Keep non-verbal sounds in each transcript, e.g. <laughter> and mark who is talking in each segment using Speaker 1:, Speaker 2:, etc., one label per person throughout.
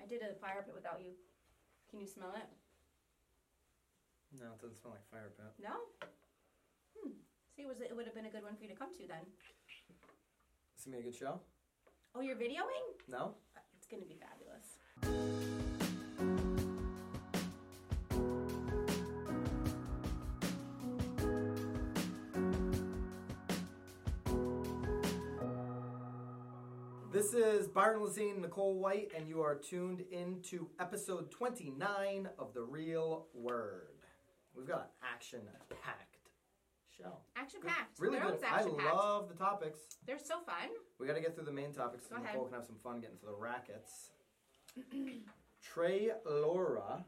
Speaker 1: I did a fire pit without you. Can you smell it?
Speaker 2: No, it doesn't smell like fire pit.
Speaker 1: No? Hmm. See, it was it would have been a good one for you to come to then.
Speaker 2: Is it gonna be a good show?
Speaker 1: Oh, you're videoing?
Speaker 2: No?
Speaker 1: Uh, It's gonna be fabulous.
Speaker 2: This is Byron Lazine, Nicole White, and you are tuned into episode 29 of The Real Word. We've got an action packed show.
Speaker 1: Action packed.
Speaker 2: Really
Speaker 1: They're
Speaker 2: good.
Speaker 1: always
Speaker 2: I
Speaker 1: action packed.
Speaker 2: love the topics.
Speaker 1: They're so fun.
Speaker 2: We got to get through the main topics so
Speaker 1: Go ahead.
Speaker 2: Nicole can have some fun getting to the rackets. <clears throat> Trey Laura.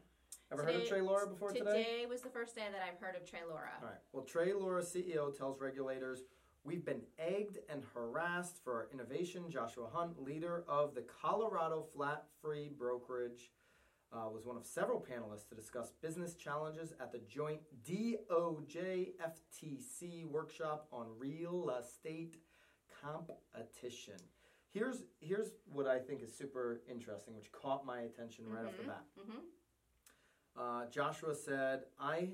Speaker 2: Ever heard of
Speaker 1: Today-
Speaker 2: Trey Laura before
Speaker 1: Today was the first day that I've heard of Trey Laura.
Speaker 2: All right. Well, Trey Laura, CEO, tells regulators, We've been egged and harassed for our innovation. Joshua Hunt, leader of the Colorado Flat Free Brokerage, uh, was one of several panelists to discuss business challenges at the joint DOJ FTC workshop on real estate competition. Here's, here's what I think is super interesting, which caught my attention right off the bat.
Speaker 1: Mm-hmm.
Speaker 2: Uh, Joshua said, I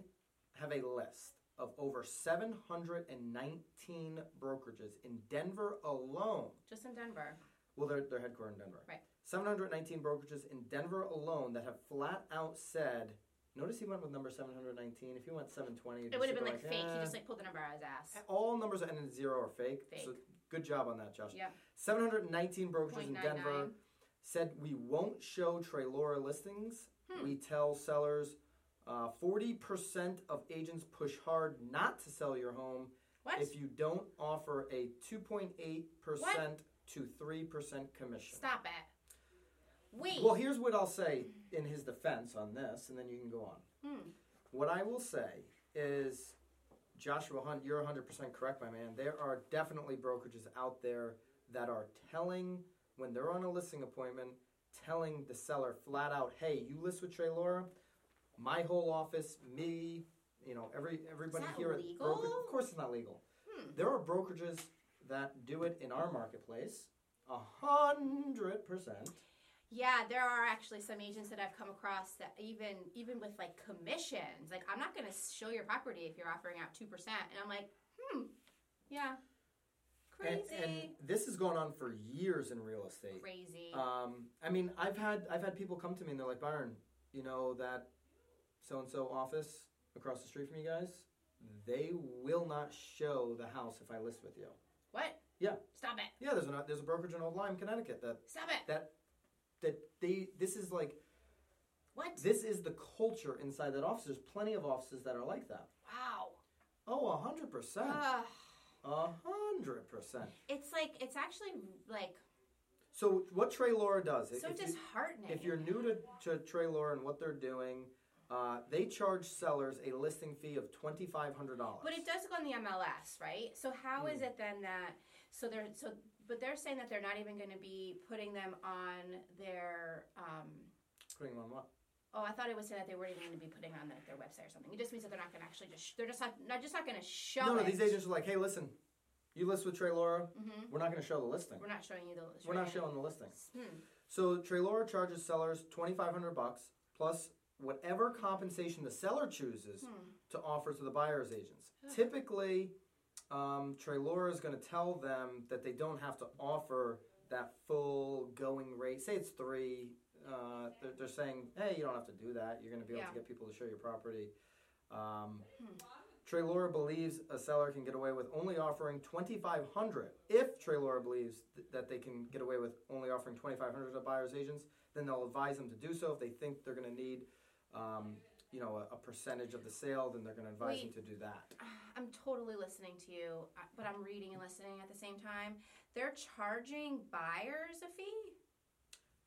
Speaker 2: have a list of over 719 brokerages in Denver alone.
Speaker 1: Just in Denver.
Speaker 2: Well, they're, they're headquartered in Denver.
Speaker 1: Right.
Speaker 2: 719 brokerages in Denver alone that have flat out said, notice he went with number 719. If he went 720, it'd
Speaker 1: It
Speaker 2: be
Speaker 1: would have
Speaker 2: super
Speaker 1: been like fake. He
Speaker 2: "Eh."
Speaker 1: just like pulled the number out of his ass.
Speaker 2: All numbers that ended in zero are fake. So
Speaker 1: Fake.
Speaker 2: good job on that, Josh.
Speaker 1: Yeah.
Speaker 2: 719 brokerages in
Speaker 1: 0.99.
Speaker 2: Denver said we won't show Trailora listings.
Speaker 1: Hmm.
Speaker 2: We tell sellers uh, 40% of agents push hard not to sell your home
Speaker 1: What?
Speaker 2: if you don't offer a 2.8% to 3% commission.
Speaker 1: Stop it. Wait.
Speaker 2: Well, here's what I'll say in his defense on this, and then you can go on.
Speaker 1: Hmm.
Speaker 2: What I will say is, Joshua Hunt, you're 100% correct, my man. There are definitely brokerages out there that are telling, when they're on a listing appointment, telling the seller flat out, hey, you list with Trey Laura, my whole office, me, you know, every everybody
Speaker 1: that
Speaker 2: here
Speaker 1: legal?
Speaker 2: at brokerage. Of course, it's not legal.
Speaker 1: Hmm.
Speaker 2: There are brokerages that do it in our marketplace, a hundred percent.
Speaker 1: Yeah, there are actually some agents that I've come across that even even with like commissions, like I'm not gonna show your property if you're offering out two percent, and I'm like, hmm, yeah,
Speaker 2: And,
Speaker 1: crazy,
Speaker 2: and this has gone on for years in real estate.
Speaker 1: crazy.
Speaker 2: Um, I mean, I've had I've had people come to me and they're like, Byron, you know that so and so office across the street from you guys, they will not show the house if I list with you.
Speaker 1: what?
Speaker 2: Yeah,
Speaker 1: Stop it!
Speaker 2: yeah. There's a there's a brokerage in Old Lyme, Connecticut that
Speaker 1: Stop it!
Speaker 2: that that they this is like
Speaker 1: what?
Speaker 2: this is the culture inside that office. There's plenty of offices that are like that.
Speaker 1: wow.
Speaker 2: Oh, a hundred percent,
Speaker 1: Ugh.
Speaker 2: a hundred percent.
Speaker 1: It's like it's actually like
Speaker 2: So what Trey Laura does?
Speaker 1: so
Speaker 2: if you-
Speaker 1: disheartening.
Speaker 2: If you're new to, to Trailor and what they're doing, uh, they charge sellers a listing fee of twenty five hundred dollars.
Speaker 1: But it does go on the MLS, right? So how
Speaker 2: Mm.
Speaker 1: is it then that so they're so but they're saying that they're not even going to be putting them on their um,
Speaker 2: putting them on what?
Speaker 1: Oh, I thought it was saying that they weren't even going to be putting on like, their website or something. It just means that they're not going to actually just. They're just not. Not just not going to show.
Speaker 2: No, no,
Speaker 1: it.
Speaker 2: these agents are like, hey, listen, you list with Trailora, we're not going to show the listing.
Speaker 1: Mm-hmm. We're not Hmm. showing you the.
Speaker 2: We're not showing the listing. So Trailora charges sellers twenty five hundred bucks plus whatever compensation the seller
Speaker 1: Hmm.
Speaker 2: chooses to offer to the buyer's agents. Typically, um, Trailora is going to tell them that they don't have to offer that full going rate. Say it's three. Uh, they're, they're saying, hey, you don't have to do that. You're going to be able
Speaker 1: Yeah.
Speaker 2: to get people to show your property. Um, Trailora believes a seller can get away with only offering twenty five hundred. If Trailora believes th- that they can get away with only offering twenty five hundred to buyers agents, then they'll advise them to do so. If they think they're going to need, um, you know, a, a percentage of the sale, then they're going to advise
Speaker 1: Wait.
Speaker 2: them to do that.
Speaker 1: Ah, I'm totally listening to you, uh, but I'm reading and listening at the same time. They're charging buyers a fee.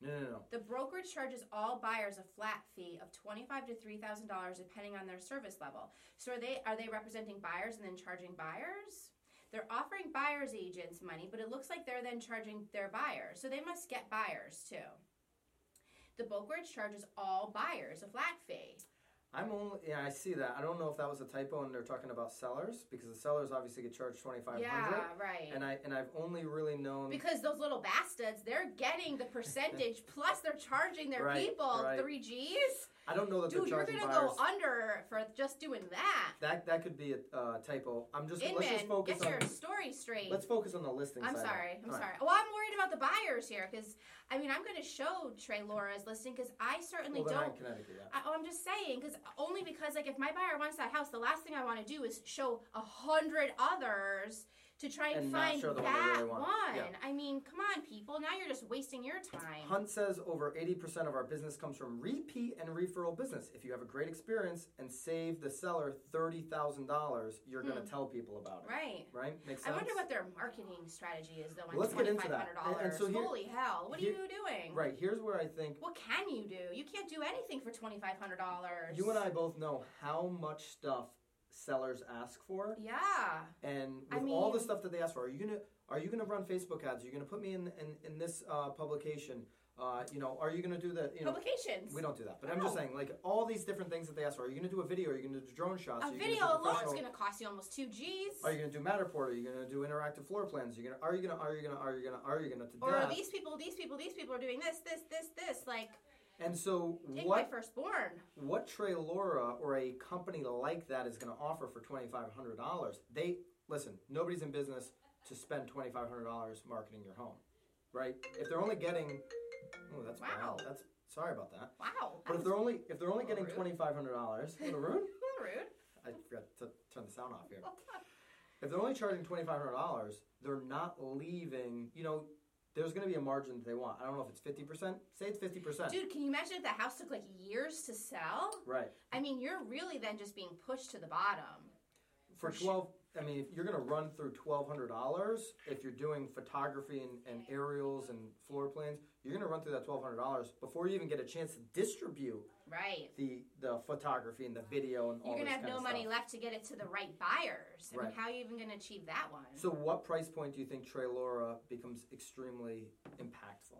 Speaker 2: No, no, no.
Speaker 1: The brokerage charges all buyers a flat fee of twenty-five to three thousand dollars, depending on their service level. So are they are they representing buyers and then charging buyers? They're offering buyers agents money, but it looks like they're then charging their buyers. So they must get buyers too. The brokerage charges all buyers a flat fee.
Speaker 2: I'm only yeah, I see that. I don't know if that was a typo and they're talking about sellers because the sellers obviously get charged twenty five hundred.
Speaker 1: Yeah, right.
Speaker 2: And um, I and I've only really known
Speaker 1: because those little bastards, they're getting the percentage
Speaker 2: <laughs>
Speaker 1: plus they're charging their
Speaker 2: Right,
Speaker 1: people
Speaker 2: right.
Speaker 1: three G's.
Speaker 2: I don't know that
Speaker 1: Dude,
Speaker 2: they're
Speaker 1: you're
Speaker 2: charging
Speaker 1: gonna
Speaker 2: buyers.
Speaker 1: go under for just doing that.
Speaker 2: that that could be a uh, typo. I'm just let's just
Speaker 1: Inman,
Speaker 2: focus
Speaker 1: get your
Speaker 2: on
Speaker 1: story straight.
Speaker 2: let's focus on the listing
Speaker 1: I'm
Speaker 2: side.
Speaker 1: sorry. I'm
Speaker 2: All right.
Speaker 1: sorry. Well, I'm worried about the buyers here because I mean I'm going to show Trey Laura's listing because I certainly
Speaker 2: Well, they're not
Speaker 1: don't.
Speaker 2: in Connecticut yet.
Speaker 1: I, oh, I'm just saying because only because like if my buyer wants that house, the last thing I want to do is show a hundred others to try and,
Speaker 2: And not
Speaker 1: find
Speaker 2: show the one they
Speaker 1: that
Speaker 2: really want. Yeah.
Speaker 1: one. I mean, come on, people. Now you're just wasting your time.
Speaker 2: Hunt says over 80% of our business comes from repeat and referral business. If you have a great experience and save the seller $30,000, you're going to tell people about it.
Speaker 1: Hmm. Right.
Speaker 2: Right? Makes
Speaker 1: I
Speaker 2: sense?
Speaker 1: wonder what their marketing strategy is though. On
Speaker 2: Well, let's get
Speaker 1: $2,500.
Speaker 2: into that. And- and so here-
Speaker 1: Holy hell! What
Speaker 2: here-
Speaker 1: are you doing?
Speaker 2: right, here's where I think
Speaker 1: What can you do? You can't do anything for twenty five hundred dollars.
Speaker 2: you and I both know how much stuff sellers ask for
Speaker 1: Yeah.
Speaker 2: and
Speaker 1: I
Speaker 2: with all the
Speaker 1: mean-
Speaker 2: stuff that they ask for are you going to are you going to run Facebook ads? Are you going to put me in in, in this uh, publication? Uh, you know, are you going to do that, you know,
Speaker 1: Publications.
Speaker 2: we don't do that. But I'm just
Speaker 1: No.
Speaker 2: saying like all these different things that they ask for. Are you going to do a video? Are you going to do drone shots?
Speaker 1: A
Speaker 2: Are you gonna do
Speaker 1: video alone is
Speaker 2: professional-
Speaker 1: going to cost you almost two G's.
Speaker 2: Are you gonna do Matterport? Are you gonna do interactive floor plans? Are you gonna are you gonna are you gonna are you gonna are you gonna to
Speaker 1: or
Speaker 2: death?
Speaker 1: these people, these people, these people are doing this, this, this, this. Like,
Speaker 2: and so
Speaker 1: take
Speaker 2: what
Speaker 1: my firstborn.
Speaker 2: what Trey Laura or a company like that is gonna offer for twenty five hundred dollars? They listen, nobody's in business to spend twenty five hundred dollars marketing your home. Right? If they're only getting Oh, that's
Speaker 1: Wow.
Speaker 2: bad. That's sorry about that.
Speaker 1: Wow.
Speaker 2: But
Speaker 1: that <laughs>
Speaker 2: if they're only if they're only
Speaker 1: Little
Speaker 2: getting
Speaker 1: rude.
Speaker 2: twenty five
Speaker 1: <laughs>
Speaker 2: hundred dollars, what a rude!
Speaker 1: was rude.
Speaker 2: I forgot to turn the sound off here. if they're only charging twenty five hundred dollars, they're not leaving. You know, there's going to be a margin that they want. I don't know if it's fifty percent. Say it's fifty percent.
Speaker 1: Dude, can you imagine if that house took like years to sell?
Speaker 2: Right
Speaker 1: I mean, you're really then just being pushed to the bottom.
Speaker 2: for twelve. I mean, if you're going to run through twelve hundred dollars, if you're doing photography and, and aerials and floor plans, you're going to run through that twelve hundred dollars before you even get a chance to distribute
Speaker 1: Right.
Speaker 2: the the photography and the video and all.
Speaker 1: You're going to
Speaker 2: this
Speaker 1: have
Speaker 2: kind
Speaker 1: no
Speaker 2: of
Speaker 1: money
Speaker 2: stuff.
Speaker 1: left to get it to the right buyers. I
Speaker 2: Right.
Speaker 1: mean, how are you even going to achieve that one?
Speaker 2: So, what price point do you think Trey Laura becomes extremely impactful?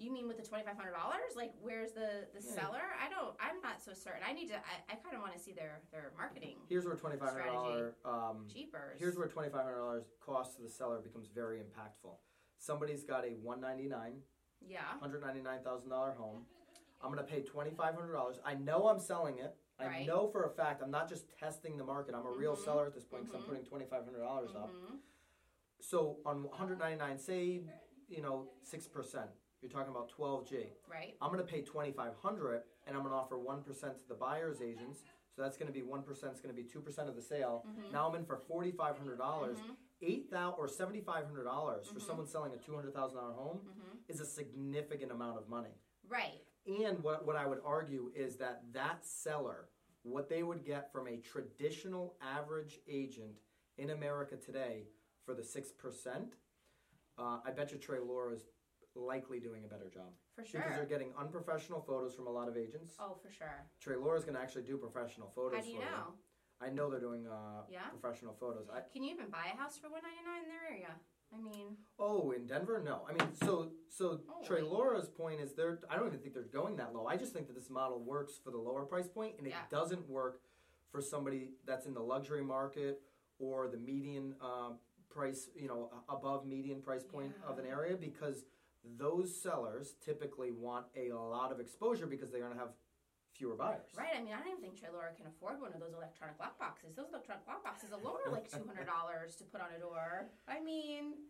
Speaker 1: You mean with the twenty five hundred dollars? Like, where's the the
Speaker 2: Yeah.
Speaker 1: seller? I don't. I'm not so certain. I need to. I, I kind of want to see their their marketing
Speaker 2: Here's where twenty five hundred dollar um,
Speaker 1: cheapers.
Speaker 2: Here's where twenty five hundred dollars cost to the seller becomes very impactful. Somebody's got a one ninety nine,
Speaker 1: yeah.
Speaker 2: hundred ninety nine thousand dollar home. I'm gonna pay twenty five hundred dollars. I know I'm selling it. I
Speaker 1: Right.
Speaker 2: know for a fact I'm not just testing the market. I'm a real
Speaker 1: Mhm.
Speaker 2: seller at this point because
Speaker 1: Mhm.
Speaker 2: I'm putting twenty five hundred dollars up.
Speaker 1: Mhm.
Speaker 2: So on one hundred ninety nine, say you know six percent. You're talking about twelve G.
Speaker 1: Right.
Speaker 2: I'm gonna pay twenty five hundred and I'm gonna offer one percent to the buyer's agents. So that's gonna be one percent. It's gonna be two percent of the sale.
Speaker 1: Mhm.
Speaker 2: Now I'm in for forty five hundred dollars
Speaker 1: Mhm.
Speaker 2: eight thousand or seventy five hundred dollars for
Speaker 1: Mhm.
Speaker 2: someone selling a two hundred thousand dollar home
Speaker 1: Mhm.
Speaker 2: is a significant amount of money.
Speaker 1: Right.
Speaker 2: And what what I would argue is that that seller, what they would get from a traditional average agent in America today for the six percent, uh, I bet you Trey Laura is likely doing a better job
Speaker 1: For
Speaker 2: because they're
Speaker 1: sure.
Speaker 2: getting unprofessional photos from a lot of agents.
Speaker 1: Oh, for sure.
Speaker 2: Trey Laura's going to actually do professional photos.
Speaker 1: How do you
Speaker 2: for them.
Speaker 1: know?
Speaker 2: I know they're doing uh,
Speaker 1: Yeah?
Speaker 2: professional photos. I,
Speaker 1: Can you even buy a house for one ninety nine in their area? I mean,
Speaker 2: Oh, in Denver? No. I mean, so so
Speaker 1: Oh.
Speaker 2: Trey Laura's point is they're I don't even think they're going that low. I just think that this model works for the lower price point and it
Speaker 1: Yeah.
Speaker 2: doesn't work for somebody that's in the luxury market or the median uh, price, you know, a- above median price point of an
Speaker 1: Yeah.
Speaker 2: area because those sellers typically want a lot of exposure because they're going to have fewer buyers.
Speaker 1: right? I mean, I don't even think Trey Laura can afford one of those electronic lock boxes. Those electronic lock boxes alone are
Speaker 2: <laughs>
Speaker 1: like two hundred dollars to put on a door. I mean,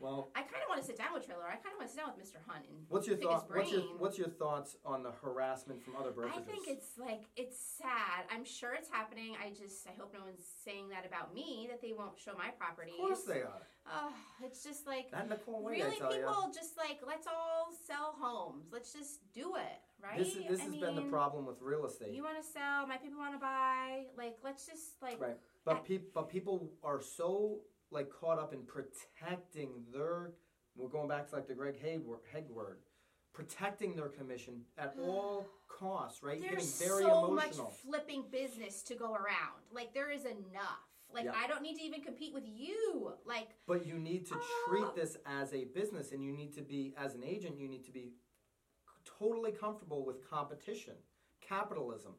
Speaker 2: Well,
Speaker 1: I kind of want to sit down with Trey Laura. I kind of want to sit down with Mr. Hunt and
Speaker 2: what's your
Speaker 1: Pick his
Speaker 2: thought what's your
Speaker 1: brain.
Speaker 2: what's your thoughts on the harassment from other
Speaker 1: I
Speaker 2: brokerages?
Speaker 1: think it's like it's sad. I'm sure it's happening. I just I hope no one's saying that about me that they won't show my properties.
Speaker 2: Of course they are.
Speaker 1: Ugh, it's just like
Speaker 2: That Nicole Wade,
Speaker 1: really
Speaker 2: I tell you.
Speaker 1: people just like let's all sell homes. Let's just do it, right?
Speaker 2: This, this
Speaker 1: I
Speaker 2: has been the
Speaker 1: mean,
Speaker 2: problem with real estate,
Speaker 1: You want to sell, my people want to buy. Like let's just like
Speaker 2: right? But peop but people are so like caught up in protecting their. We're going back to like the Greg Hayward, Hegward, protecting their commission
Speaker 1: <gasps>
Speaker 2: at all costs, right?
Speaker 1: there's
Speaker 2: Getting very
Speaker 1: so
Speaker 2: emotional.
Speaker 1: much flipping business to go around. Like there is enough. Like
Speaker 2: Yeah.
Speaker 1: I don't need to even compete with you. Like
Speaker 2: But you need to
Speaker 1: Ah.
Speaker 2: treat this as a business, and you need to be as an agent. You need to be totally comfortable with competition, capitalism.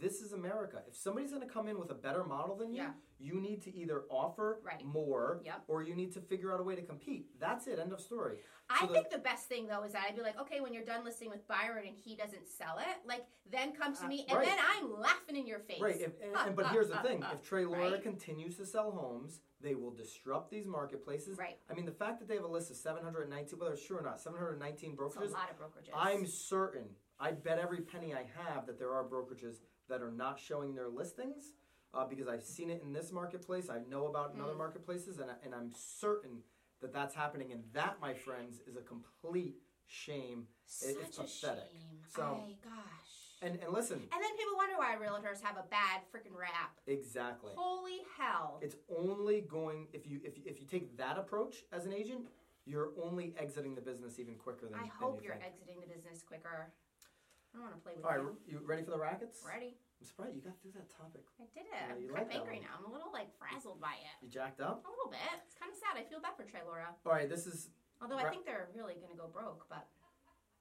Speaker 2: This is America. If somebody's going to come in with a better model than you,
Speaker 1: Yeah.
Speaker 2: you need to either offer
Speaker 1: Right.
Speaker 2: more
Speaker 1: Yep.
Speaker 2: or you need to figure out a way to compete. That's it. End of story.
Speaker 1: I
Speaker 2: So the-
Speaker 1: think the best thing though is that I'd be like, okay, when you're done listing with Byron and he doesn't sell it, like then comes to
Speaker 3: Uh,
Speaker 1: me and
Speaker 2: right.
Speaker 1: then I'm laughing in your face.
Speaker 2: Right. If, and, and- but here's the
Speaker 1: <laughs>
Speaker 2: thing if Trey Laura
Speaker 1: Right.
Speaker 2: continues to sell homes, they will disrupt these marketplaces.
Speaker 1: Right.
Speaker 2: I mean, the fact that they have a list of 719, whether it's true or not, 719
Speaker 1: It's a
Speaker 2: brokerages,
Speaker 1: lot of brokerages.
Speaker 2: I'm certain, I bet every penny I have that there are brokerages that are not showing their listings uh, because I've seen it in this marketplace, I know about in
Speaker 1: Mm.
Speaker 2: other marketplaces, and, I, and I'm certain that that's happening. And that, my friends, is a complete shame.
Speaker 1: such
Speaker 2: it's
Speaker 1: a
Speaker 2: pathetic.
Speaker 1: shame.
Speaker 2: So-
Speaker 1: I- gosh.
Speaker 2: And, and listen,
Speaker 1: And then people wonder why realtors have a bad freaking rap.
Speaker 2: exactly.
Speaker 1: Holy hell.
Speaker 2: It's only going if you if, you- if you take that approach as an agent, you're only exiting the business even quicker than
Speaker 1: I
Speaker 2: than
Speaker 1: hope
Speaker 2: you
Speaker 1: you're
Speaker 2: think.
Speaker 1: exiting the business quicker. I don't want to play with
Speaker 2: All right,
Speaker 1: you.
Speaker 2: you ready for the rackets?
Speaker 1: Ready?
Speaker 2: I'm surprised you got through that topic.
Speaker 1: I did it.
Speaker 2: Yeah,
Speaker 1: I'm
Speaker 2: you
Speaker 1: kind
Speaker 2: like
Speaker 1: of
Speaker 2: that
Speaker 1: angry
Speaker 2: one.
Speaker 1: now. I'm a little like frazzled by it.
Speaker 2: You jacked
Speaker 1: A
Speaker 2: up.
Speaker 1: little bit. It's kind of sad. I feel bad for Trey Laura.
Speaker 2: All right, this is
Speaker 1: Although I
Speaker 2: Ra-
Speaker 1: think they're really going to go broke, but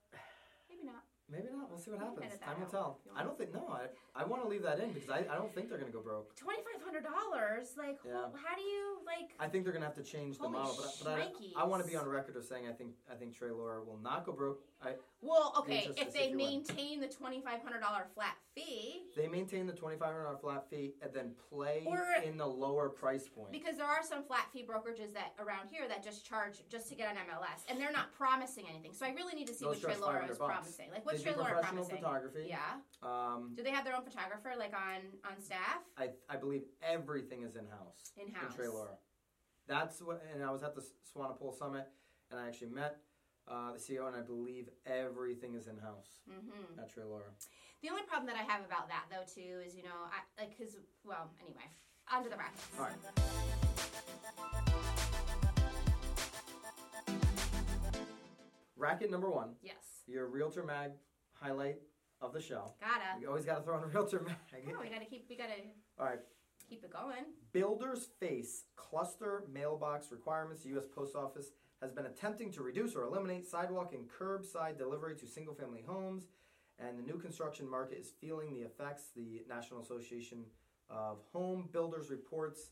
Speaker 1: <sighs> maybe not.
Speaker 2: Maybe not. We'll see what
Speaker 1: We can edit
Speaker 2: happens.
Speaker 1: that
Speaker 2: Time will
Speaker 1: out
Speaker 2: tell.
Speaker 1: if you
Speaker 2: I don't think. No, I, I want to leave that in because I, I don't think they're going to go broke.
Speaker 1: Twenty five hundred dollars. Like, wh-
Speaker 2: Yeah.
Speaker 1: how do you like?
Speaker 2: I think they're going to have to change the
Speaker 1: Holy
Speaker 2: model. But, but I, I want to be
Speaker 1: shnikes.
Speaker 2: on record of saying I think I think Trey Laura will not go broke. I,
Speaker 1: Well, okay,
Speaker 2: Interest
Speaker 1: if
Speaker 2: is
Speaker 1: they
Speaker 2: if you want.
Speaker 1: maintain the twenty five hundred dollar flat fee,
Speaker 2: they maintain the twenty five hundred dollar flat fee and then play
Speaker 1: Or-
Speaker 2: in the lower price point.
Speaker 1: because there are some flat fee brokerages that around here that just charge just to get on MLS, and they're not promising anything. So I really need to see
Speaker 2: Those
Speaker 1: what Trey
Speaker 2: charge
Speaker 1: Laura
Speaker 2: 500
Speaker 1: is
Speaker 2: bucks.
Speaker 1: promising. Like, what's
Speaker 2: they
Speaker 1: Trey
Speaker 2: do
Speaker 1: Laura
Speaker 2: professional
Speaker 1: promising?
Speaker 2: photography.
Speaker 1: Yeah.
Speaker 2: Um,
Speaker 1: Do they have their own photographer, like on on staff
Speaker 2: I I believe everything is in house.
Speaker 1: in house?
Speaker 2: in Trey Laura. That's what, and I was at the Swanepoel Summit, and I actually met uh, the CEO, and I believe everything is in house
Speaker 1: Mm-hmm.
Speaker 2: at Trey Laura.
Speaker 1: The only problem that I have about that though too is you know I like because well anyway onto the rack.
Speaker 2: All right. Racket number one,
Speaker 1: Yes,
Speaker 2: your Realtor Mag highlight of the show.
Speaker 1: gotta.
Speaker 2: We always got to throw in Realtor
Speaker 1: <laughs>
Speaker 2: Mag.
Speaker 1: No, we gotta keep we gotta
Speaker 2: All right.
Speaker 1: keep it going.
Speaker 2: Builders face cluster mailbox requirements. The U.S. Post Office has been attempting to reduce or eliminate sidewalk and curbside delivery to single family homes, and the new construction market is feeling the effects. The National Association of Home Builders reports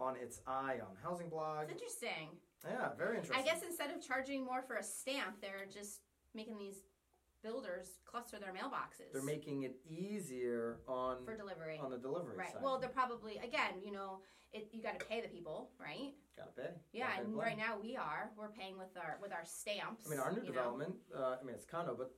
Speaker 2: on its eye on housing blog.
Speaker 1: It's interesting.
Speaker 2: Yeah, very interesting.
Speaker 1: I guess instead of charging more for a stamp, they're just making these builders cluster their mailboxes
Speaker 2: they're making it easier on
Speaker 1: for delivery.
Speaker 2: on the delivery
Speaker 1: Right.
Speaker 2: side.
Speaker 1: Well, they're probably again, you know, it, you got to pay the people, right?
Speaker 2: gotta pay.
Speaker 1: Yeah,
Speaker 2: Gotta pay
Speaker 1: and
Speaker 2: the
Speaker 1: right now we are we're paying with our with our stamps.
Speaker 2: I mean, our new
Speaker 1: you know.
Speaker 2: development. Uh, I mean, it's condo, but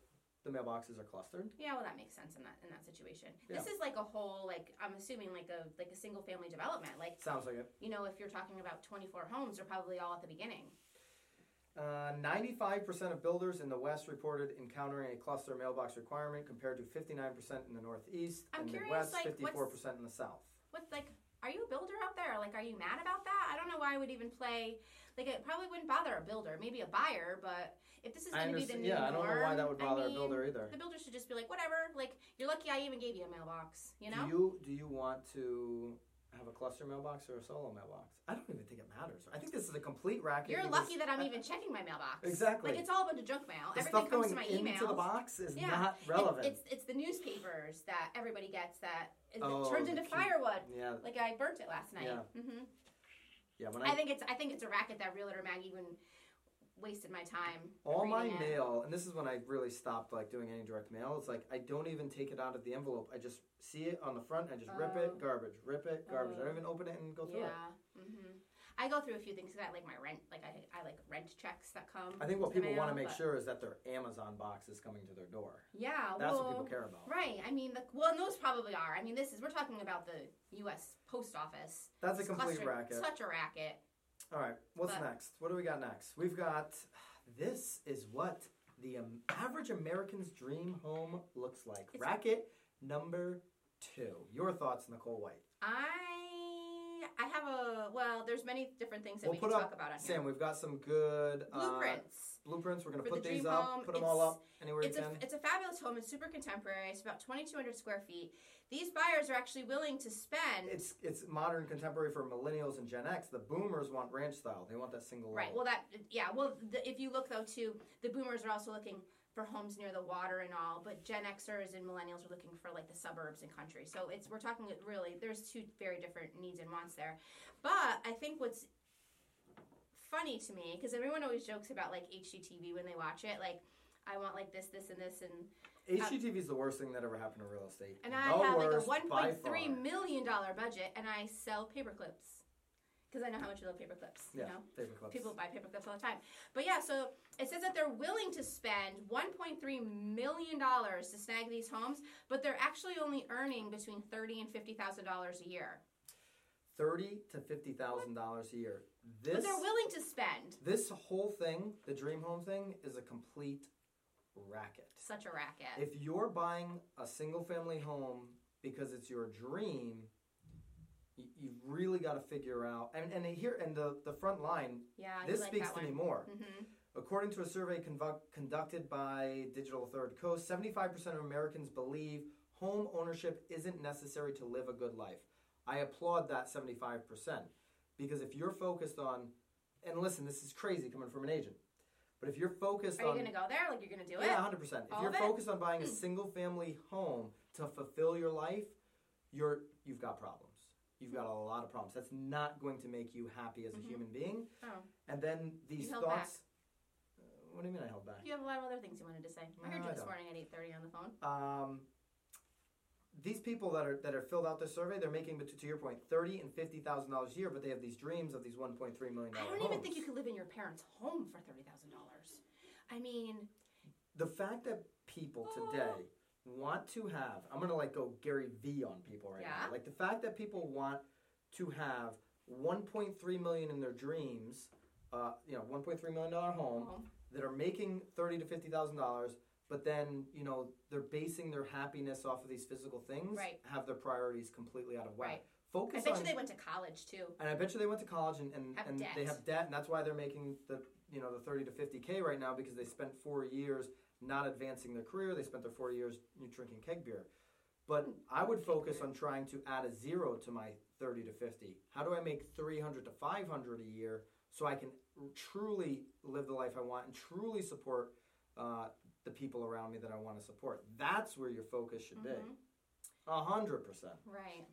Speaker 2: the mailboxes are clustered.
Speaker 1: Yeah, well, that makes sense in that in that situation. This is like a whole like I'm assuming like a like a single family development. Like
Speaker 2: Sounds like it.
Speaker 1: you know, if you're talking about 24 homes, they're probably all at the beginning.
Speaker 2: Uh, 95% of builders in the West reported encountering a cluster mailbox requirement compared to 59% in the Northeast
Speaker 1: I'm
Speaker 2: and
Speaker 1: curious,
Speaker 2: Midwest,
Speaker 1: like, what's-
Speaker 2: 54% in the South.
Speaker 1: What's like? Are you a builder out there? Like, are you mad about that? I don't know why I would even play. Like, it probably wouldn't bother a builder, maybe a buyer, but if this is
Speaker 2: I
Speaker 1: going to be the
Speaker 2: understand.
Speaker 1: new
Speaker 2: Yeah, I don't know why that
Speaker 1: norm,
Speaker 2: would bother
Speaker 1: mean,
Speaker 2: a builder either.
Speaker 1: The builder should just be like, whatever. Like, you're lucky I even gave you a mailbox. You know?
Speaker 2: Do you do you want to have a cluster mailbox or a solo mailbox? I don't even think it matters. I think this is a complete racket.
Speaker 1: are
Speaker 2: because
Speaker 1: lucky that I'm
Speaker 2: I-
Speaker 1: even checking my mailbox.
Speaker 2: Exactly.
Speaker 1: Like, it's all a bunch of junk mail.
Speaker 2: the
Speaker 1: Everything
Speaker 2: stuff
Speaker 1: comes
Speaker 2: going
Speaker 1: to my
Speaker 2: into
Speaker 1: email.
Speaker 2: the box is
Speaker 1: Yeah.
Speaker 2: not relevant.
Speaker 1: It's it's the newspapers that everybody gets that it
Speaker 2: Oh,
Speaker 1: turns
Speaker 2: the
Speaker 1: into
Speaker 2: key-
Speaker 1: firewood.
Speaker 2: yeah,
Speaker 1: Like I burnt it last night.
Speaker 2: Yeah.
Speaker 1: hmm
Speaker 2: yeah. When
Speaker 1: I
Speaker 2: I,
Speaker 1: think it's I think it's a racket that realtor Mag even wasted my time.
Speaker 2: all my
Speaker 1: reading it.
Speaker 2: mail, and this is when I really stopped like doing any direct mail. It's like I don't even take it out of the envelope. I just see it on the front. I just rip
Speaker 1: Oh.
Speaker 2: it, garbage. Rip it, garbage. I
Speaker 1: Oh.
Speaker 2: don't even open it and go through
Speaker 1: Yeah.
Speaker 2: it.
Speaker 1: hmm I go through a few things. 'cause I got like my rent, like I, I like rent checks that come.
Speaker 2: I think what
Speaker 1: to the
Speaker 2: people want to
Speaker 1: mail,
Speaker 2: make
Speaker 1: but-
Speaker 2: sure is that their Amazon box is coming to their door.
Speaker 1: Yeah.
Speaker 2: That's
Speaker 1: well,
Speaker 2: what people care about.
Speaker 1: Right. I mean, the, well, and those probably are. I mean, this is we're talking about the U.S. Post Office.
Speaker 2: That's a
Speaker 1: It's
Speaker 2: complete
Speaker 1: clustered-
Speaker 2: racket.
Speaker 1: Such a racket.
Speaker 2: All right, what's
Speaker 1: But-
Speaker 2: next? What do we got next? We've got this is what the um, average American's dream home looks like.
Speaker 1: It's-
Speaker 2: Racket number two. Your thoughts, Nicole White.
Speaker 1: I I have a well. There's many different things that
Speaker 2: We'll
Speaker 1: we can
Speaker 2: put up-
Speaker 1: talk about on
Speaker 2: Sam,
Speaker 1: here.
Speaker 2: we've got some good uh,
Speaker 1: Blueprints.
Speaker 2: blueprints. We're going to
Speaker 1: For
Speaker 2: put
Speaker 1: the
Speaker 2: these
Speaker 1: dream
Speaker 2: up,
Speaker 1: home,
Speaker 2: put them all
Speaker 1: it's-
Speaker 2: up anywhere
Speaker 1: It's
Speaker 2: you
Speaker 1: a,
Speaker 2: can.
Speaker 1: it's a fabulous home. It's super contemporary. It's about 2,200 square feet. These buyers are actually willing to spend.
Speaker 2: It's it's modern contemporary for millennials and Gen X. The boomers want ranch style. They want that single
Speaker 1: right.
Speaker 2: level.
Speaker 1: Well, that, yeah. Well, the, if you look, though, too, the boomers are also looking for homes near the water and all, but Gen Xers and millennials are looking for like the suburbs and country. So it's we're talking really there's two very different needs and wants there. But I think what's funny to me because everyone always jokes about like HGTV when they watch it, like I want like this, this, and this, and
Speaker 2: HGTV is the worst thing that ever happened to real estate.
Speaker 1: uh, and
Speaker 2: the
Speaker 1: I have like a
Speaker 2: worst
Speaker 1: one
Speaker 2: by
Speaker 1: point three
Speaker 2: far.
Speaker 1: million dollar budget, and I sell paper clips because I know how much you love paper clips.
Speaker 2: Yeah,
Speaker 1: You know,
Speaker 2: paper clips.
Speaker 1: people buy paper clips all the time. But yeah, so it says that they're willing to spend one point three million dollars to snag these homes, but they're actually only earning between thirty and fifty thousand dollars a year.
Speaker 2: Thirty to fifty thousand dollars a year.
Speaker 1: But
Speaker 2: This
Speaker 1: they're willing to spend
Speaker 2: this whole thing, the dream home thing, is a complete racket.
Speaker 1: such a racket.
Speaker 2: If you're buying a single family home because it's your dream, you, you really got to figure out. And and here and the the front line.
Speaker 1: yeah, you
Speaker 2: this
Speaker 1: like
Speaker 2: speaks
Speaker 1: that
Speaker 2: to
Speaker 1: one.
Speaker 2: me more.
Speaker 1: Mm-hmm.
Speaker 2: According to a survey convo- conducted by Digital Third Coast, 75% of Americans believe home ownership isn't necessary to live a good life. I applaud that 75% because if you're focused on, and listen, this is crazy coming from an agent, but if you're focused
Speaker 1: Are you
Speaker 2: on.
Speaker 1: gonna go there? Like you're gonna do it?
Speaker 2: yeah, 100%. If
Speaker 1: All
Speaker 2: you're
Speaker 1: of it? Hmm.
Speaker 2: focused on buying a single family home to fulfill your life, you're, you've got problems. You've got a
Speaker 1: Hmm.
Speaker 2: lot of problems. That's not going to make you happy as
Speaker 1: Mhm.
Speaker 2: a human being.
Speaker 1: Oh.
Speaker 2: And then these
Speaker 1: held back.
Speaker 2: thoughts. Uh, what do you mean I held back?
Speaker 1: You have a lot of other things you wanted to say. I heard
Speaker 2: No,
Speaker 1: you
Speaker 2: I
Speaker 1: this
Speaker 2: don't.
Speaker 1: morning at eight thirty on the phone.
Speaker 2: um, these people that are that are filled out this survey, they're making, but to, to your point, thirty and fifty thousand dollars a year, but they have these dreams of these one point three million
Speaker 1: I
Speaker 2: dollars.
Speaker 1: don't even think you could live in your parents' home for thirty thousand dollars. I mean,
Speaker 2: The fact that people today
Speaker 1: Oh.
Speaker 2: want to have, I'm gonna like go Gary V on people right
Speaker 1: Yeah.
Speaker 2: now. Like the fact that people want to have one point three million in their dreams, uh, you know, one point three million dollar home
Speaker 1: home.
Speaker 2: that are making thirty to fifty thousand dollars. But then you know they're basing their happiness off of these physical things.
Speaker 1: Right.
Speaker 2: Have their priorities completely out of whack.
Speaker 1: Right. I
Speaker 2: Focus
Speaker 1: bet
Speaker 2: on
Speaker 1: you they went to college too.
Speaker 2: and I bet you they went to college and, and,
Speaker 1: Have
Speaker 2: and
Speaker 1: debt.
Speaker 2: they have debt, and that's why they're making the you know the thirty to fifty k right now because they spent four years not advancing their career. They spent their four years you know, drinking keg beer. But
Speaker 1: Hmm,
Speaker 2: I would focus on trying to add a zero to my thirty to fifty. How do I make three hundred to five hundred a year so I can truly live the life I want and truly support uh, the people around me that I want to support? That's where your focus should
Speaker 1: Mhm.
Speaker 2: be. A hundred percent,
Speaker 1: Right.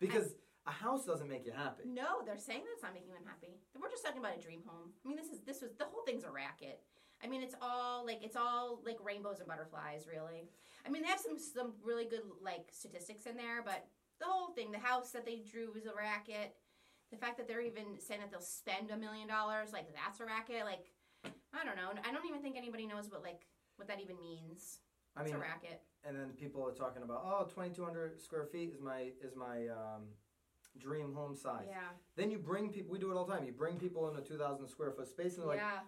Speaker 2: because a house doesn't make you happy.
Speaker 1: No, they're saying that's not making them happy. We're just talking about a dream home. I mean, this is this was the whole thing's a racket. I mean, it's all like it's all like rainbows and butterflies, really. I mean, they have some some really good like statistics in there, but the whole thing, the house that they drew was a racket. The fact that they're even saying that they'll spend a million dollars, like that's a racket. Like, I don't know. I don't even think anybody knows what like what that even means.
Speaker 2: I
Speaker 1: It's
Speaker 2: mean,
Speaker 1: a racket.
Speaker 2: and then people are talking about oh 2200 square feet is my is my um, dream home size
Speaker 1: Yeah.
Speaker 2: then you bring people we do it all the time you bring people in a 2000 square foot space and they're like
Speaker 1: yeah.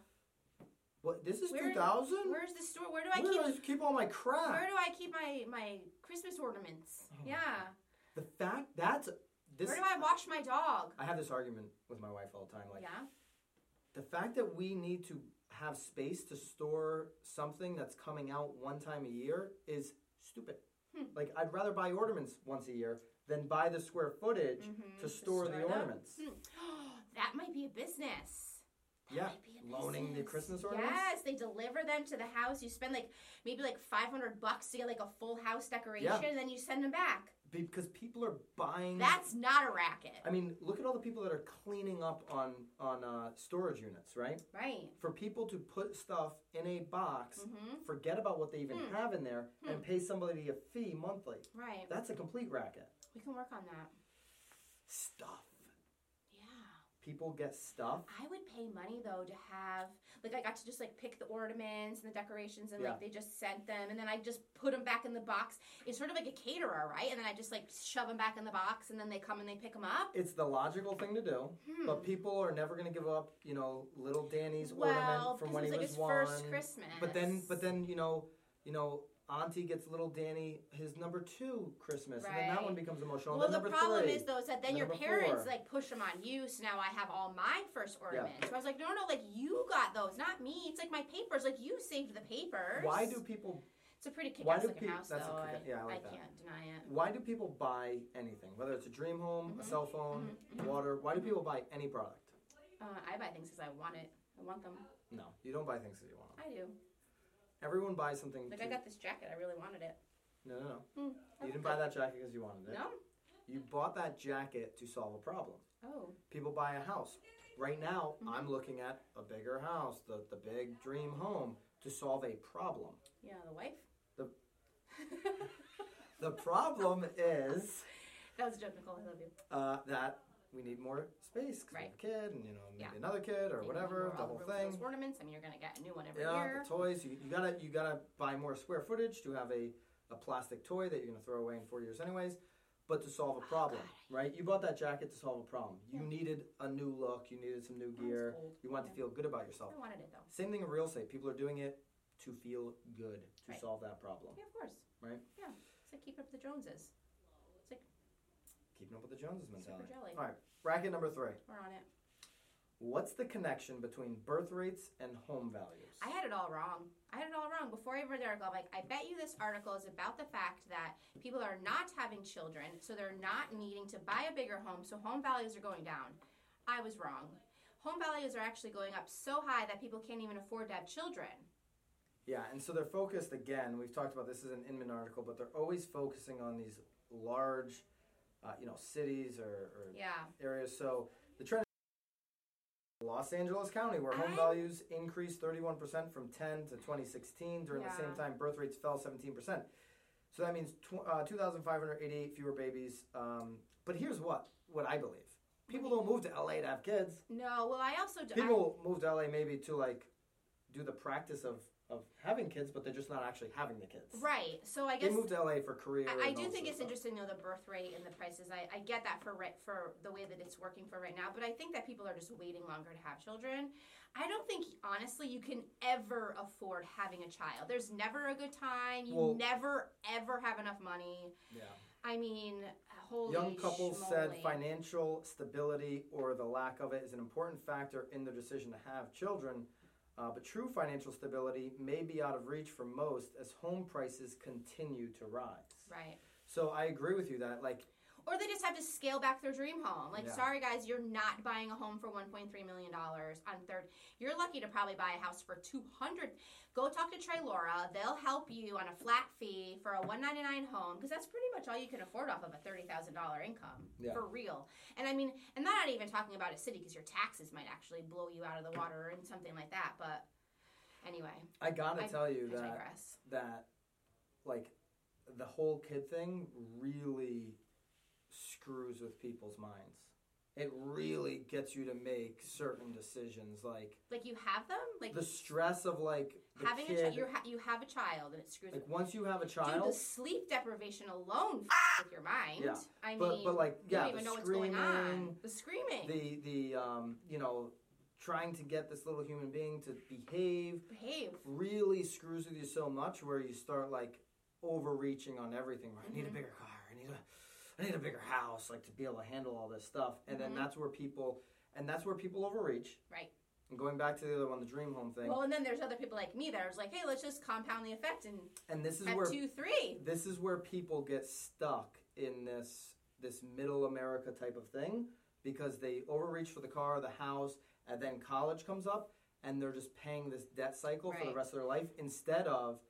Speaker 2: what this is
Speaker 1: Where-
Speaker 2: 2000 where,
Speaker 1: Where's the store? Where do I
Speaker 2: do
Speaker 1: keep
Speaker 2: I just keep all my crap
Speaker 1: Where do I keep my my Christmas ornaments?
Speaker 2: Oh.
Speaker 1: yeah.
Speaker 2: the fact that's this
Speaker 1: Where do I wash my dog?
Speaker 2: I have this argument with my wife all the time like
Speaker 1: yeah.
Speaker 2: the fact that we need to have space to store something that's coming out one time a year is stupid
Speaker 1: Hmm.
Speaker 2: like I'd rather buy ornaments once a year than buy the square footage
Speaker 1: Mhm.
Speaker 2: to store the
Speaker 1: them.
Speaker 2: ornaments
Speaker 1: Hmm. <gasps> that might be a business. That
Speaker 2: Yeah.
Speaker 1: might be a
Speaker 2: Loaning the
Speaker 1: business.
Speaker 2: Christmas ornaments?
Speaker 1: Yes, they deliver them to the house. You spend like maybe like five hundred bucks to get like a full house decoration, and then you send them back.
Speaker 2: because people are buying.
Speaker 1: That's not a racket,
Speaker 2: I mean, look at all the people that are cleaning up on on uh, storage units, right?
Speaker 1: right?
Speaker 2: For people to put stuff in a box,
Speaker 1: Mm-hmm.
Speaker 2: forget about what they even
Speaker 1: Hmm.
Speaker 2: have in there, and pay somebody a fee monthly.
Speaker 1: Right.
Speaker 2: That's a complete racket.
Speaker 1: We can work on that.
Speaker 2: Stuff.
Speaker 1: Yeah.
Speaker 2: People get stuff.
Speaker 1: I would pay money though to have like I got to just like pick the ornaments and the decorations and like they just sent them and then I just put them back in the box. It's sort of like a caterer, right? And then I just like shove them back in the box and then they come and they pick them up.
Speaker 2: It's the logical thing to do,
Speaker 1: Hmm.
Speaker 2: but people are never going to give up, you know, little Danny's
Speaker 1: well,
Speaker 2: ornament from when
Speaker 1: because
Speaker 2: he
Speaker 1: it was
Speaker 2: was one.
Speaker 1: like his first Christmas.
Speaker 2: But then, but then you know, you know, Auntie gets little Danny his number two Christmas, and then that
Speaker 1: Right.
Speaker 2: one becomes emotional.
Speaker 1: well,
Speaker 2: and
Speaker 1: the
Speaker 2: then number
Speaker 1: problem
Speaker 2: three.
Speaker 1: is though is that then
Speaker 2: then
Speaker 1: your
Speaker 2: number
Speaker 1: parents
Speaker 2: four.
Speaker 1: like push them on you. So now I have all my first ornaments. So I was like, no, no, like you got those, not me. It's like my papers. Like you saved the papers.
Speaker 2: why do people
Speaker 1: it's a pretty kick-ass
Speaker 2: why do
Speaker 1: looking
Speaker 2: peop-
Speaker 1: house
Speaker 2: that's a
Speaker 1: though?
Speaker 2: kick- yeah, I like that.
Speaker 1: can't deny it.
Speaker 2: why do people buy anything? Whether it's a dream home, a
Speaker 1: Mhm,
Speaker 2: cell phone,
Speaker 1: mhm, mhm.
Speaker 2: water. Why do people buy any product?
Speaker 1: Uh, I buy things because I want it. I want them.
Speaker 2: No, you don't buy things that you want.
Speaker 1: I do.
Speaker 2: Everyone buys something.
Speaker 1: Like
Speaker 2: to-
Speaker 1: I got this jacket, I really wanted it.
Speaker 2: no, no, no.
Speaker 1: Hmm, I
Speaker 2: You didn't buy
Speaker 1: like
Speaker 2: that jacket because you wanted it.
Speaker 1: No.
Speaker 2: You bought that jacket to solve a problem.
Speaker 1: Oh.
Speaker 2: People buy a house. Right now,
Speaker 1: Mhm.
Speaker 2: I'm looking at a bigger house, the, the big dream home, to solve a problem.
Speaker 1: Yeah, the wife.
Speaker 2: The- The problem is
Speaker 1: <laughs> that was a joke, Nicole. I love you.
Speaker 2: uh, that we need more space 'cause
Speaker 1: Right.
Speaker 2: we have a kid and you know maybe
Speaker 1: Yeah.
Speaker 2: another kid or
Speaker 1: You know,
Speaker 2: whatever,
Speaker 1: all
Speaker 2: the whole
Speaker 1: room for
Speaker 2: thing.
Speaker 1: Those ornaments. I mean, you're gonna get a new one every
Speaker 2: Yeah,
Speaker 1: year.
Speaker 2: the toys. You, you gotta you gotta buy more square footage to have a, a plastic toy that you're gonna throw away in four years anyways. But to solve a problem, right? You bought that jacket to solve a problem. You
Speaker 1: Oh, Yeah.
Speaker 2: needed a new look. You needed some new
Speaker 1: That was
Speaker 2: gear.
Speaker 1: old.
Speaker 2: You want
Speaker 1: Yeah.
Speaker 2: to feel good about yourself.
Speaker 1: I wanted it though.
Speaker 2: Same thing in real estate. People are doing it to feel good to
Speaker 1: Right.
Speaker 2: solve that problem.
Speaker 1: Yeah, of course.
Speaker 2: Right.
Speaker 1: Yeah. It's like keep up with the Joneses.
Speaker 2: Keeping up with the Joneses mentality.
Speaker 1: Super jelly.
Speaker 2: All right, bracket number three.
Speaker 1: We're on it.
Speaker 2: What's the connection between birth rates and home values?
Speaker 1: I had it all wrong. I had it all wrong. Before I even read the article, I'm like, I bet you this article is about the fact that people are not having children, so they're not needing to buy a bigger home, so home values are going down. I was wrong. Home values are actually going up so high that people can't even afford to have children.
Speaker 2: Yeah, and so they're focused again. We've talked about this is an Inman article, but they're always focusing on these large, uh, you know, cities or, or
Speaker 1: Yeah.
Speaker 2: areas. So the trend, Los Angeles County, where home
Speaker 1: I-
Speaker 2: values increased 31% from 10 to 2016. During the same
Speaker 1: Yeah.
Speaker 2: time, birth rates fell 17%. So that means tw- uh, 2,588 fewer babies. Um, but here's what what I believe: people don't move to LA to have kids.
Speaker 1: No, well, I also do. I,
Speaker 2: People move to LA maybe to like do the practice of of having kids, but they're just not actually having the kids.
Speaker 1: right. So I
Speaker 2: They
Speaker 1: guess.
Speaker 2: moved to LA for career.
Speaker 1: I, I
Speaker 2: and
Speaker 1: do
Speaker 2: all
Speaker 1: think
Speaker 2: sorts
Speaker 1: it's
Speaker 2: of
Speaker 1: interesting though the birth rate and the prices. I, I get that for right for the way that it's working for right now, but I think that people are just waiting longer to have children. I don't think honestly you can ever afford having a child. There's never a good time. You
Speaker 2: Well-
Speaker 1: never ever have enough money.
Speaker 2: stuff. Yeah.
Speaker 1: I mean, holy
Speaker 2: Young couples said
Speaker 1: schmoly.
Speaker 2: financial stability or the lack of it is an important factor in their decision to have children, uh, but true financial stability may be out of reach for most as home prices continue to rise.
Speaker 1: right.
Speaker 2: So I agree with you that like
Speaker 1: Or they just have to scale back their dream home. Like,
Speaker 2: Yeah.
Speaker 1: sorry guys, you're not buying a home for 1.3 million dollars on third. You're lucky to probably buy a house for 200. Go talk to Trey Laura. They'll help you on a flat fee for a 199 home because that's pretty much all you can afford off of a thirty thousand dollar income
Speaker 2: Yeah.
Speaker 1: for real. And I mean, and I'm not even talking about a city because your taxes might actually blow you out of the water and something like that. But anyway,
Speaker 2: I gotta
Speaker 1: I-
Speaker 2: tell you
Speaker 1: I
Speaker 2: that
Speaker 1: digress.
Speaker 2: that like the whole kid thing really screws with people's minds. It really gets you to make certain decisions like
Speaker 1: Like you have them, like
Speaker 2: the stress of like the
Speaker 1: having a
Speaker 2: kid
Speaker 1: child. You ha- you have a child, and it screws.
Speaker 2: Like once you have a
Speaker 1: Dude, the
Speaker 2: child,
Speaker 1: sleep deprivation alone f- with your mind.
Speaker 2: Ah! Yeah.
Speaker 1: I mean,
Speaker 2: but but like yeah,
Speaker 1: you don't even
Speaker 2: the
Speaker 1: know what's
Speaker 2: screaming,
Speaker 1: going on. The screaming.
Speaker 2: the the um you know, trying to get this little human being to behave
Speaker 1: Behave.
Speaker 2: really screws with you so much where you start like overreaching on everything. I need a
Speaker 1: Mhm.
Speaker 2: bigger car. I need a I need a bigger house, like to be able to handle all this stuff. And
Speaker 1: Mhm.
Speaker 2: then that's where people and that's where people overreach.
Speaker 1: Right.
Speaker 2: And going back to the other one, the dream home thing.
Speaker 1: Well, and then there's other people like me that are just like, hey, let's just compound the effect and
Speaker 2: and this is
Speaker 1: have
Speaker 2: where
Speaker 1: two, three.
Speaker 2: this is where people get stuck in this this middle America type of thing because they overreach for the car, the house, and then college comes up and they're just paying this debt cycle for the
Speaker 1: Right.
Speaker 2: rest of their life instead of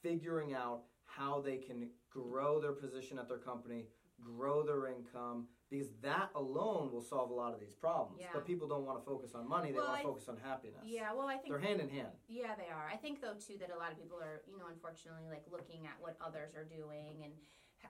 Speaker 2: figuring out how they can grow their position at their company, grow their income because that alone will solve a lot of these problems.
Speaker 1: Yeah.
Speaker 2: But people don't want to focus on money, they
Speaker 1: Well,
Speaker 2: want
Speaker 1: I-
Speaker 2: to focus on happiness.
Speaker 1: Yeah, well, I think
Speaker 2: They're hand in hand.
Speaker 1: Yeah, they are. I think though too that a lot of people are, you know, unfortunately like looking at what others are doing and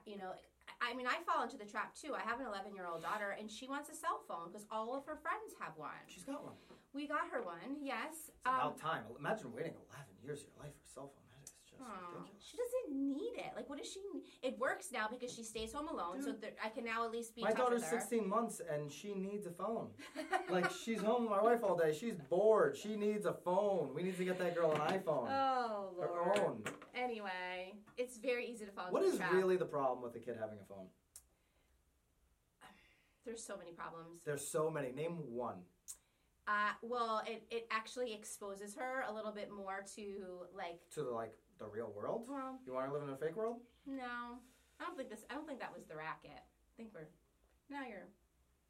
Speaker 1: you know, I- I mean, I fall into the trap too. I have an 11-year-old daughter and she wants a cell phone because all of her friends have one.
Speaker 2: She's got one.
Speaker 1: We got her one. Yes. Um,
Speaker 2: It's about time. Imagine waiting 11 years of your life for a cell phone. That is just
Speaker 1: Aw,
Speaker 2: ridiculous.
Speaker 1: she doesn't need it. Like, what does she? n- It works now because she stays home alone, so
Speaker 2: Dude.
Speaker 1: there, I can now at least be. in
Speaker 2: My
Speaker 1: touch with
Speaker 2: daughter's
Speaker 1: her.
Speaker 2: 16 months and she needs a phone.
Speaker 1: <laughs>
Speaker 2: Like she's home with my wife all day. She's bored. She needs a phone. We need to get that girl an iPhone.
Speaker 1: Oh
Speaker 2: her
Speaker 1: lord.
Speaker 2: own.
Speaker 1: Anyway, it's very easy to fall
Speaker 2: What
Speaker 1: into
Speaker 2: is
Speaker 1: the trap.
Speaker 2: really the problem with a kid having a phone?
Speaker 1: There's so many problems.
Speaker 2: There's so many. Name one.
Speaker 1: Uh, well, it, it actually exposes her a little bit more to like.
Speaker 2: To the like the real world.
Speaker 1: Well,
Speaker 2: You want to live in a fake world?
Speaker 1: no, I don't think this. I don't think that was the racket. I think we're now you're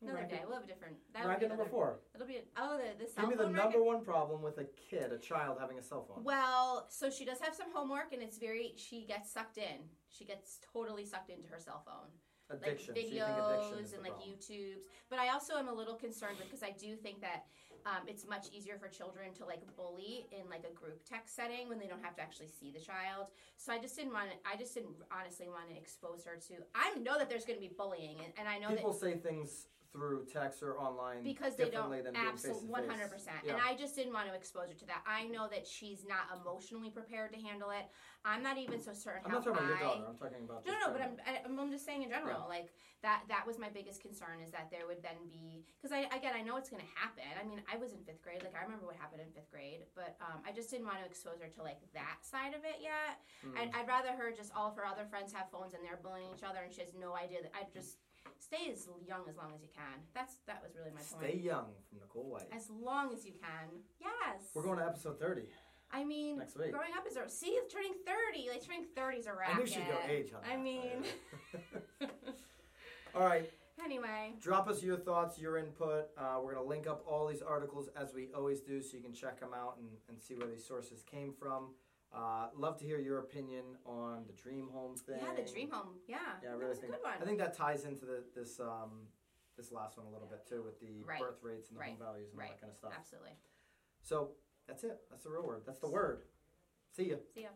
Speaker 1: Another
Speaker 2: Bracket-
Speaker 1: day. We'll have a different. That'll be
Speaker 2: Bracket number
Speaker 1: another.
Speaker 2: four.
Speaker 1: It'll be an, oh the the cell
Speaker 2: Give me the
Speaker 1: phone
Speaker 2: number
Speaker 1: record.
Speaker 2: one problem with a kid, a child having a cell phone.
Speaker 1: Well, so she does have some homework, and it's very. She gets sucked in. She gets totally sucked into her cell phone.
Speaker 2: Addiction.
Speaker 1: like
Speaker 2: so you think addiction
Speaker 1: videos
Speaker 2: is the
Speaker 1: and like
Speaker 2: problem.
Speaker 1: YouTube's. But I also am a little concerned because I do think that um, it's much easier for children to like bully in like a group text setting when they don't have to actually see the child. So I just didn't want. I just didn't honestly want to expose her to. I know that there's going to be bullying, and, and I know that
Speaker 2: People say things through text or online
Speaker 1: because they don't
Speaker 2: differently than being face
Speaker 1: absolutely
Speaker 2: to
Speaker 1: 100%
Speaker 2: face.
Speaker 1: and
Speaker 2: Yeah.
Speaker 1: i just didn't want to expose her to that i know that she's not emotionally prepared to handle it i'm not even so certain
Speaker 2: I'm
Speaker 1: how
Speaker 2: not talking about
Speaker 1: I-
Speaker 2: your daughter. I'm talking about
Speaker 1: no,
Speaker 2: just
Speaker 1: no, but I'm, I-
Speaker 2: generally.
Speaker 1: I'm, I'm just saying in general, like that. That was my biggest concern is that there would then be because I again I know it's going to happen. I mean, I was in fifth grade, like I remember what happened in fifth grade, but um, I just didn't want to expose her to like that side of it yet.
Speaker 2: Hmm. Mm.
Speaker 1: I'd, I'd rather her just all of her other friends have phones and they're bullying each other, and she has no idea that I just stay as young as long as you can. That's that was really my point.
Speaker 2: Stay young from Nicole White.
Speaker 1: As long as you can, yes.
Speaker 2: We're going to episode 30
Speaker 1: I mean,
Speaker 2: next week.
Speaker 1: growing up is a see turning thirty. Like turning thirty is a racket.
Speaker 2: I knew she'd go age on
Speaker 1: I
Speaker 2: that.
Speaker 1: mean.
Speaker 2: <laughs> All right,
Speaker 1: <laughs> Anyway.
Speaker 2: drop us your thoughts, your input. Uh, we're going to link up all these articles as we always do so you can check them out and, and see where these sources came from. Uh, love to hear your opinion on the dream home thing.
Speaker 1: Yeah, the dream home. Yeah,
Speaker 2: Yeah, I
Speaker 1: that
Speaker 2: really
Speaker 1: was a
Speaker 2: think
Speaker 1: good one.
Speaker 2: I think that ties into the, this um, this last one a little bit too with the
Speaker 1: Right.
Speaker 2: birth rates and the
Speaker 1: Right.
Speaker 2: home values and all
Speaker 1: Right.
Speaker 2: that kind of stuff.
Speaker 1: Absolutely.
Speaker 2: So that's it. That's the real word. That's the word. See ya.
Speaker 1: See ya.